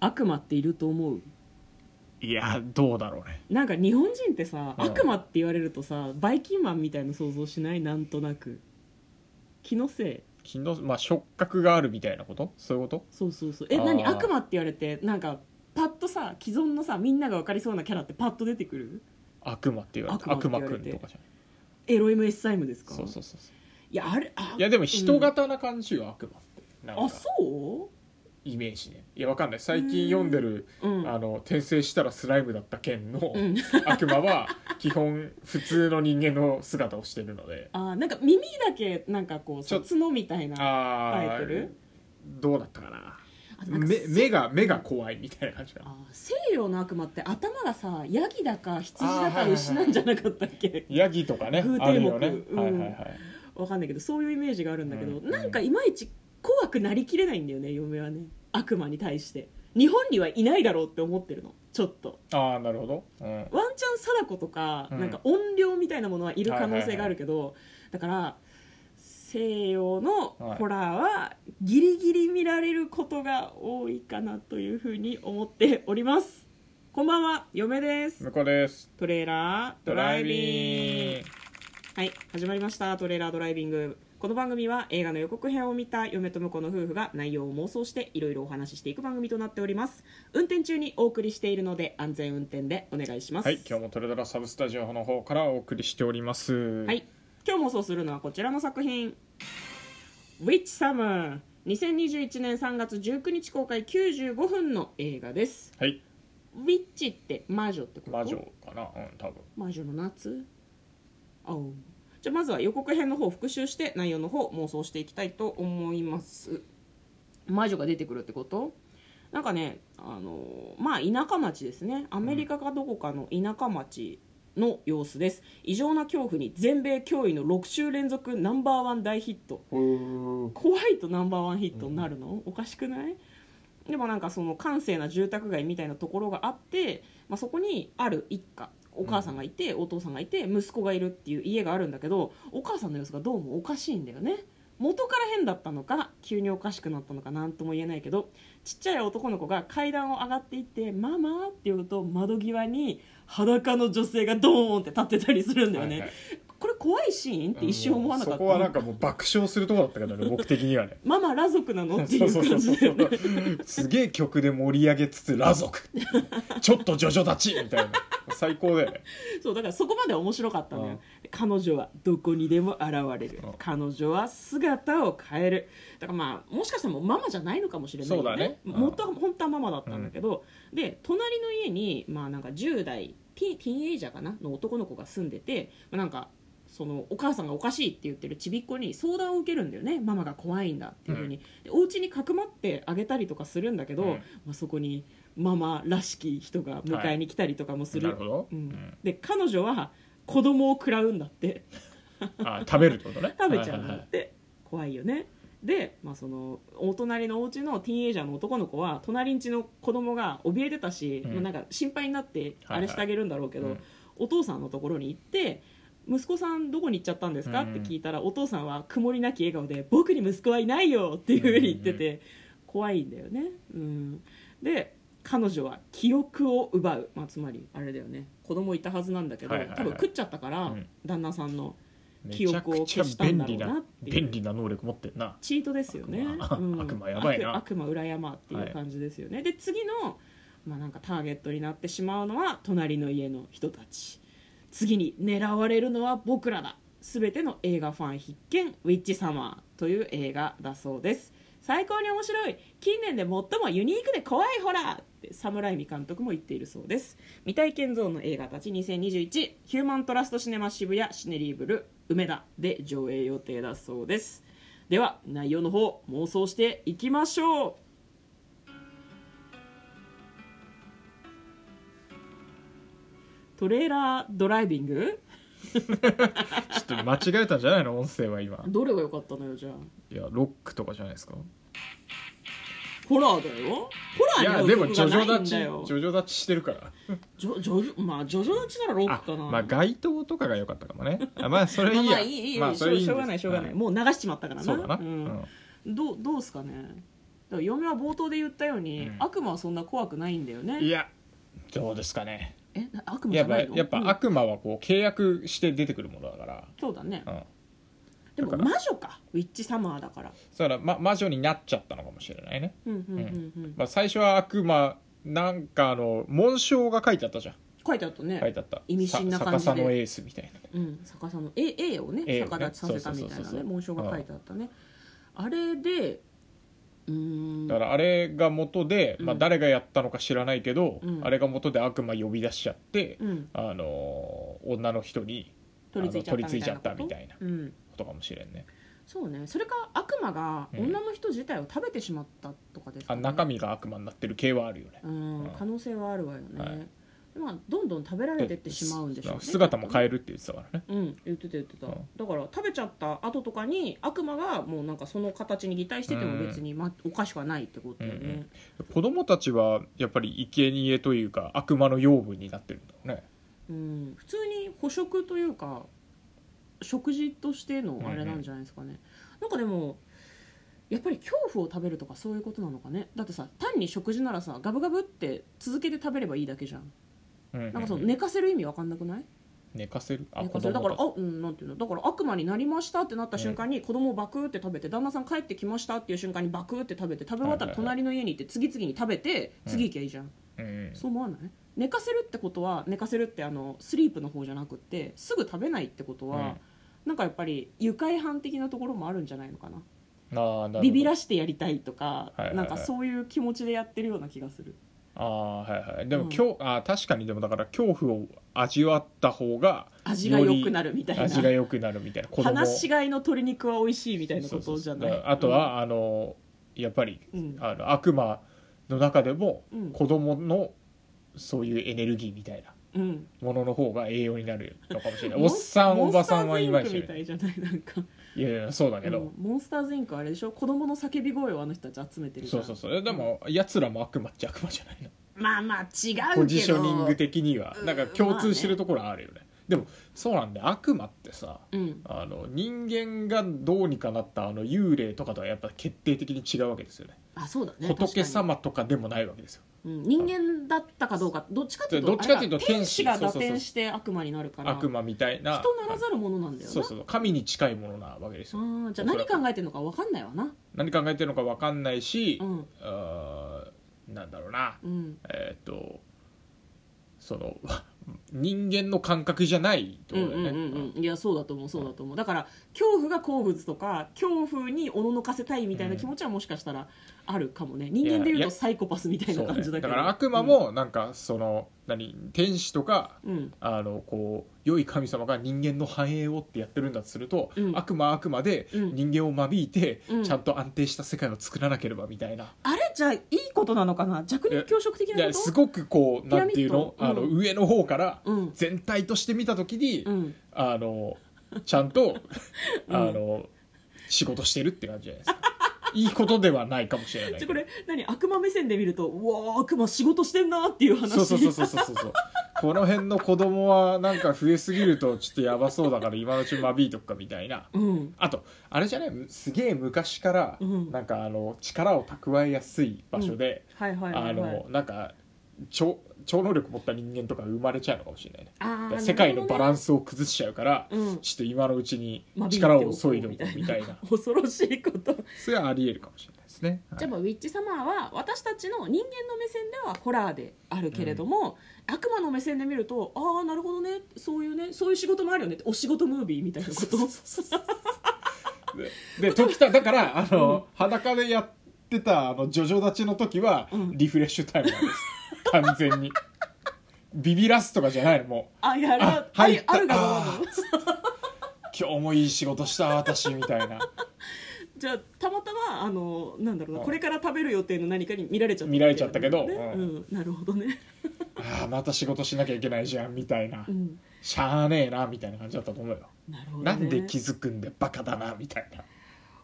悪魔っていると思ういやどうだろうねなんか日本人ってさ、うん悪魔って言われるとさバイキンマンみたいな想像しないなんとなく気のせい気のまあ触覚があるみたいなことそういうことそうそうそうえあー何悪魔って言われてなんかパッとさ既存のさみんなが分かりそうなキャラってパッと出てくる悪魔って言われて悪悪魔って魔言わくれんてとかじゃんエロ MS サイムですかそうそうそうそういやあれあいやでも人型な感じよ、悪魔ってなんあかそイメージねいやわかんない最近読んでるううんあの転生したらスライムだった剣のうん 悪魔は基本普通の人間の姿をしてるのであーなんか耳だけなんかこうちょさ角みたいなあ生えてーるどうだったかなあなんか目目が目が怖いみたいな感じかなあー西洋の悪魔って頭がさヤギだか羊だあーはいはかいはい牛なんじゃなかったっけヤギとかね偶天目あるよね、うんはいはいはいわかんないけどそういうイメージがあるんだけど、うんなんかいまいち怖くなりきれないんだよね嫁はね悪魔に対して日本にはいないだろうって思ってるのちょっとああなるほど、うん、ワンチャン貞子とか、うんなんか怨霊みたいなものはいる可能性があるけど、だから西洋のはいホラーはギリギリ見られることが多いかなというふうに思っておりますこんばんは嫁です向こうですトレーラードドラライイビングビングはい始まりましたトレーラードライビングこの番組は映画の予告編を見た嫁と婿の夫婦が内容を妄想していろいろお話ししていく番組となっております運転中にお送りしているので安全運転でお願いしますはい今日もトレドラサブスタジオの方からお送りしておりますはい、今日妄想するのはこちらの作品「Witch Summer」2021年3月19日公開95分の映画ですはいウィッチって魔女ってこと魔女かなうん多分魔女の夏あうじゃあまずは予告編の方を復習して内容の方を妄想していきたいと思います魔女が出てくるってことなんかねあのまあ田舎町ですねアメリカかどこかの田舎町の様子です、異常な恐怖に全米驚異の6週連続ナンバーワン大ヒットうん怖いとナンバーワンヒットになるの、おかしくないでもなんかその閑静な住宅街みたいなところがあって、まあ、そこにある一家お母さんがいて、お父さんがいて息子がいるっていう家があるんだけどお母さんの様子がどうもおかしいんだよね元から変だったのか急におかしくなったのか何とも言えないけどちっちゃい男の子が階段を上がっていって「ママ」って言うと窓際に裸の女性がドーンって立ってたりするんだよね、はいはいこれ怖いシーンって一瞬思わなかったそこはなんかもう爆笑するとこだったけどね僕的にはねママ裸族なのっていう感じだよねすげえ曲で盛り上げつつ「ラ族」ちょっとジョジョ立ちみたいな最高だよね そうだからそこまでは面白かったのよ、うん彼女はどこにでも現れる、うん彼女は姿を変えるだからまあもしかしたらもうママじゃないのかもしれないよそうだねうん元は本当はママだったんだけど、で隣の家にまあなんか10代ティーティーンエイジャーかなの男の子が住んでて、まあ、なんかそのお母さんがおかしいって言ってるちびっ子に相談を受けるんだよねママが怖いんだっていうふうに、でお家にかくまってあげたりとかするんだけど、うんまあ、そこにママらしき人が迎えに来たりとかもする、なるほど、うんうんで彼女は子供を食らうんだってあ食べるってことね食べちゃうんだはいはいはっいて、怖いよねで、まあ、そのお隣のお家のティーンエイジャーの男の子は隣ん家の子供が怯えてたし、うんもうなんか心配になってはいはいあれしてあげるんだろうけど、うんお父さんのところに行って「息子さんどこに行っちゃったんですか?」うっんて聞いたらお父さんは曇りなき笑顔で「僕に息子はいないよ」っていうふうに言ってて、怖いんだよね。うん、で彼女は記憶を奪う、まあ、つまりあれだよね子供いたはずなんだけど、はいはいはい多分食っちゃったから、うん旦那さんのめ記ちゃ憶をくち消ゃしたんだ便ろう利ななっていう便利な能力持ってんなチートですよね悪魔うん悪魔やばいな悪悪魔裏山っていう感じですよね、で次の、まあ、なんかターゲットになってしまうのは隣の家の人たち次に狙われるのは僕らだ全ての映画ファン必見「ウィッチサマー」という映画だそうです最高に面白い近年で最もユニークで怖いホラーってサムライミ監督も言っているそうです未体験ゾーンの映画たち2021ヒューマントラストシネマ渋谷シネリーブル梅田で上映予定だそうですでは内容の方妄想していきましょうトレーラードライビングちょっと間違えたんじゃないの音声は今どれが良かったのよじゃあいやロックとかじゃないですかホラーだよホいラーやにではも欲ジョがジないョんだ立ちジよョジョ立ちしてるからジョジョジョまあジョジョちならロックかなあまあ街灯とかが良かったかもねあまあそれいいやまあまあいいいいいい、まあしそょれういいんしですょうがないしょうがない、はもう流しちまったからなそうだな、ううんんどうどうすかねから嫁は冒頭で言ったように、うん悪魔はそんな怖くないんだよねいやどうですかねえな悪魔じやゃっぱないのやっうんぱ悪魔はこう契約して出てくるものだから、そうだねうん、だでもだから魔女かウィッチサマーだからから、ま、魔女になっちゃったのかもしれないね、うんうんうんうん、まあ、最初は悪魔なんかあの紋章が書いてあったじゃん書いてあったね、書いてあった意味深な感じでさ逆さのエースみたいなうん、逆さの絵絵をね A をね逆立ちさせたみたいそうそうそなうそねう紋章が書いてあったねあれでうーんだからあれが元で、まあ、うん誰がやったのか知らないけど、うんあれが元で悪魔呼び出しちゃって、うんあのー女の人に取り付いちゃったあの取り付いちゃったみみたたいいななことうんことかもしれんねそうねそれか悪魔がうん女の人自体を食べてしまったとかですか、あね中身が悪魔になってる系はあるよねうん可能性はあるわよね、はいまあどんどん食べられてってしまうんでしょうね姿も変ええるって言ってたからねうん言ってた言ってた、うんだから食べちゃった後とかに悪魔がもうなんかその形に擬態してても別に、まおかしくはないってことだよね、うんうん子供たちはやっぱり生贄というか悪魔の養分になってるんだろうねうん、普通に捕食というか食事としてのあれなんじゃないですかね、なんかでもやっぱり恐怖を食べるとかそういうことなのかねだってさ単に食事ならさガブガブって続けて食べればいいだけじゃんうんうんうんなんかその寝かせる意味わかんなくない寝かせるあ寝子かせるだ供からたあ、うちん、なんていうのだから悪魔になりましたってなった瞬間に子供をバクーって食べて旦那さん帰ってきましたっていう瞬間にバクーって食べて食べ終わったらはいはいはい隣の家に行って次々に食べてうん次行きゃいいじゃんうんうんそう思わない寝かせるってことは寝かせるってあのスリープの方じゃなくってすぐ食べないってことは、なんかやっぱり愉快犯的なところもあるんじゃないのかなあーなるほどビビらしてやりたいとか、いはいはいなんかそういう気持ちでやってるような気がするあーはいはいでも、うん恐あー確かにでもだから恐怖を味わった方が味が良くなるみたいな味が良くなるみたいな子放し飼いの鶏肉は美味しいみたいなそこうそとうじそゃうなだいからあとは、あのやっぱりうんあの悪魔の中でもうん子供のそういうエネルギーみたいなうんうんものの方が栄養になるのかもしれないおっさんモおンスタばさんはいまいモンスターズインクみちたねいじゃないなんかいやいやそうだけあのど、モンスターズインクはあれでしょ子供の叫び声をあの人たち集めてるじそゃうんそうそうえでもやつらも悪魔っちゃ悪魔じゃないのまあまあ違うけどポジショニング的にはうんなんか共通してるところはあるよね,、でもそうなんで悪魔ってさうんあの人間がどうにかなったあの幽霊とかとはやっぱ決定的に違うわけですよねあそうだね仏確かに様とかでもないわけですようん、人間だったかどうかどっちかっていうとどっちかっていうとあれだ天使天が使打そうそうそう点して悪魔になるから悪魔みたいな人ならざるものなんだよなそうそうそう神に近いものなわけですよあーじゃあ何考えてるのか分かんないわな何考えてるのか分かんないし、うんあーなんだろうなうんえーっ、とその 人間の感覚じゃないってうこんとうんだよね、うんうんいやそうだと思うそうだと思うだから恐怖が好物とか恐怖におののかせたいみたいな気持ちはもしかしたらあるかもね人間でいうとサイコパスみたいそなうね感じだけどから悪魔もなんかその、何天使とかうん、うんあのこう良い神様が人間の繁栄をってやってるんだとすると、うん悪魔は悪魔でうん人間を間引いて、うんちゃんと安定した世界を作らなければみたいな、あれじゃあいいことなのかな弱肉強食的いなやこすとごくこうなんていうの,、ピラミッあドのう上の方からうん全体として見た時に、うんあのちゃん とうんあの、仕事してるって感じじゃないですかいいことではないかもしれなじいけゃどこれ何悪魔目線で見るとうわー悪魔仕事してんなっていう話そうそうそうそうそうそうそうこの辺の子供はなんか増えすぎるとちょっとやばそうだから今のうち間引いとくかみたいなうんあとあれじゃないすげえ昔からうんなんかあの力を蓄えやすい場所で、はいはいはい、はい、あのなんか超超能力持った人間とか生まれちゃうのかもしれないねあー世界のバランス、スを崩しちゃうから、うんちょっと今のうちに間引いて力を削いでおこうみたいな恐ろしいことそれはありえるかもしれないですね、は いじゃあまあウィッチサマーは私たちの人間の目線ではホラーであるけれども、悪魔の目線で見るとああなるほどねそういうねそういう仕事もあるよねってお仕事ムービーみたいなことで時田だからあの、裸でやってたあのジョジョ立ちの時は、うんリフレッシュタイムなんです完全にビビらすとかじゃないのもう あいやあれはあ,、入ったあるがままのあー今日もいい仕事した私みたいな じゃあたまたまあのなんだろうな、うんこれから食べる予定の何かに見られちゃった見られちゃったけどねううんんなるほどね、ああまた仕事しなきゃいけないじゃんみたいな、うん、しゃあねえなみたいな感じだったと思うよ、なるほど、ね、なんで気づくんでバカだなみたいな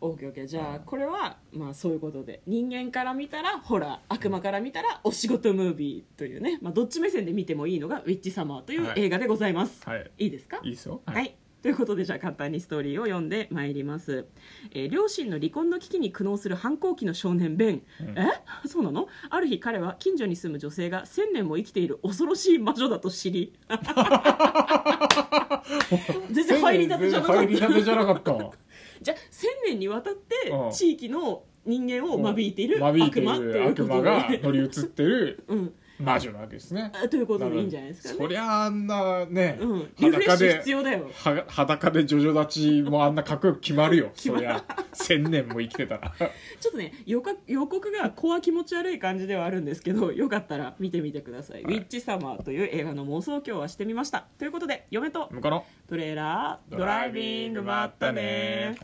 オーケーオーケーじゃあこれはまあそういうことで人間から見たらホラー悪魔から見たらお仕事ムービーというね、まあ、どっち目線で見てもいいのが「ウィッチサマー」というはい映画でございます、はいい、いですかいいですよはい、とということでじゃあ簡単にストーリーを読んでまいります、えー両親の離婚の危機に苦悩する反抗期の少年ベン、うんえ そうなのある日彼は近所に住む女性が1000年も生きている恐ろしい魔女だと知 り全然入りたてじゃなかっ入りたたてじゃなかったわじゃあ1000年にわたってうん地域の人間を間引いている間悪魔引いってていいるうこと悪魔がで、乗り移ってるうん、魔女なわけですねあということでいいんじゃないですかそね、りゃあんなね、うん、リフレッ裸シュで必要だよは裸でジョジョ立ちもあんなかっこよく決まるよ決そまるりゃ千年も生きてたらちょっとね予告予告が怖気持ち悪い感じではあるんですけどよかったら見てみてください「はいウィッチサマー」という映画の妄想を今日はしてみましたということで嫁と向こうのトレーラードライビングまったね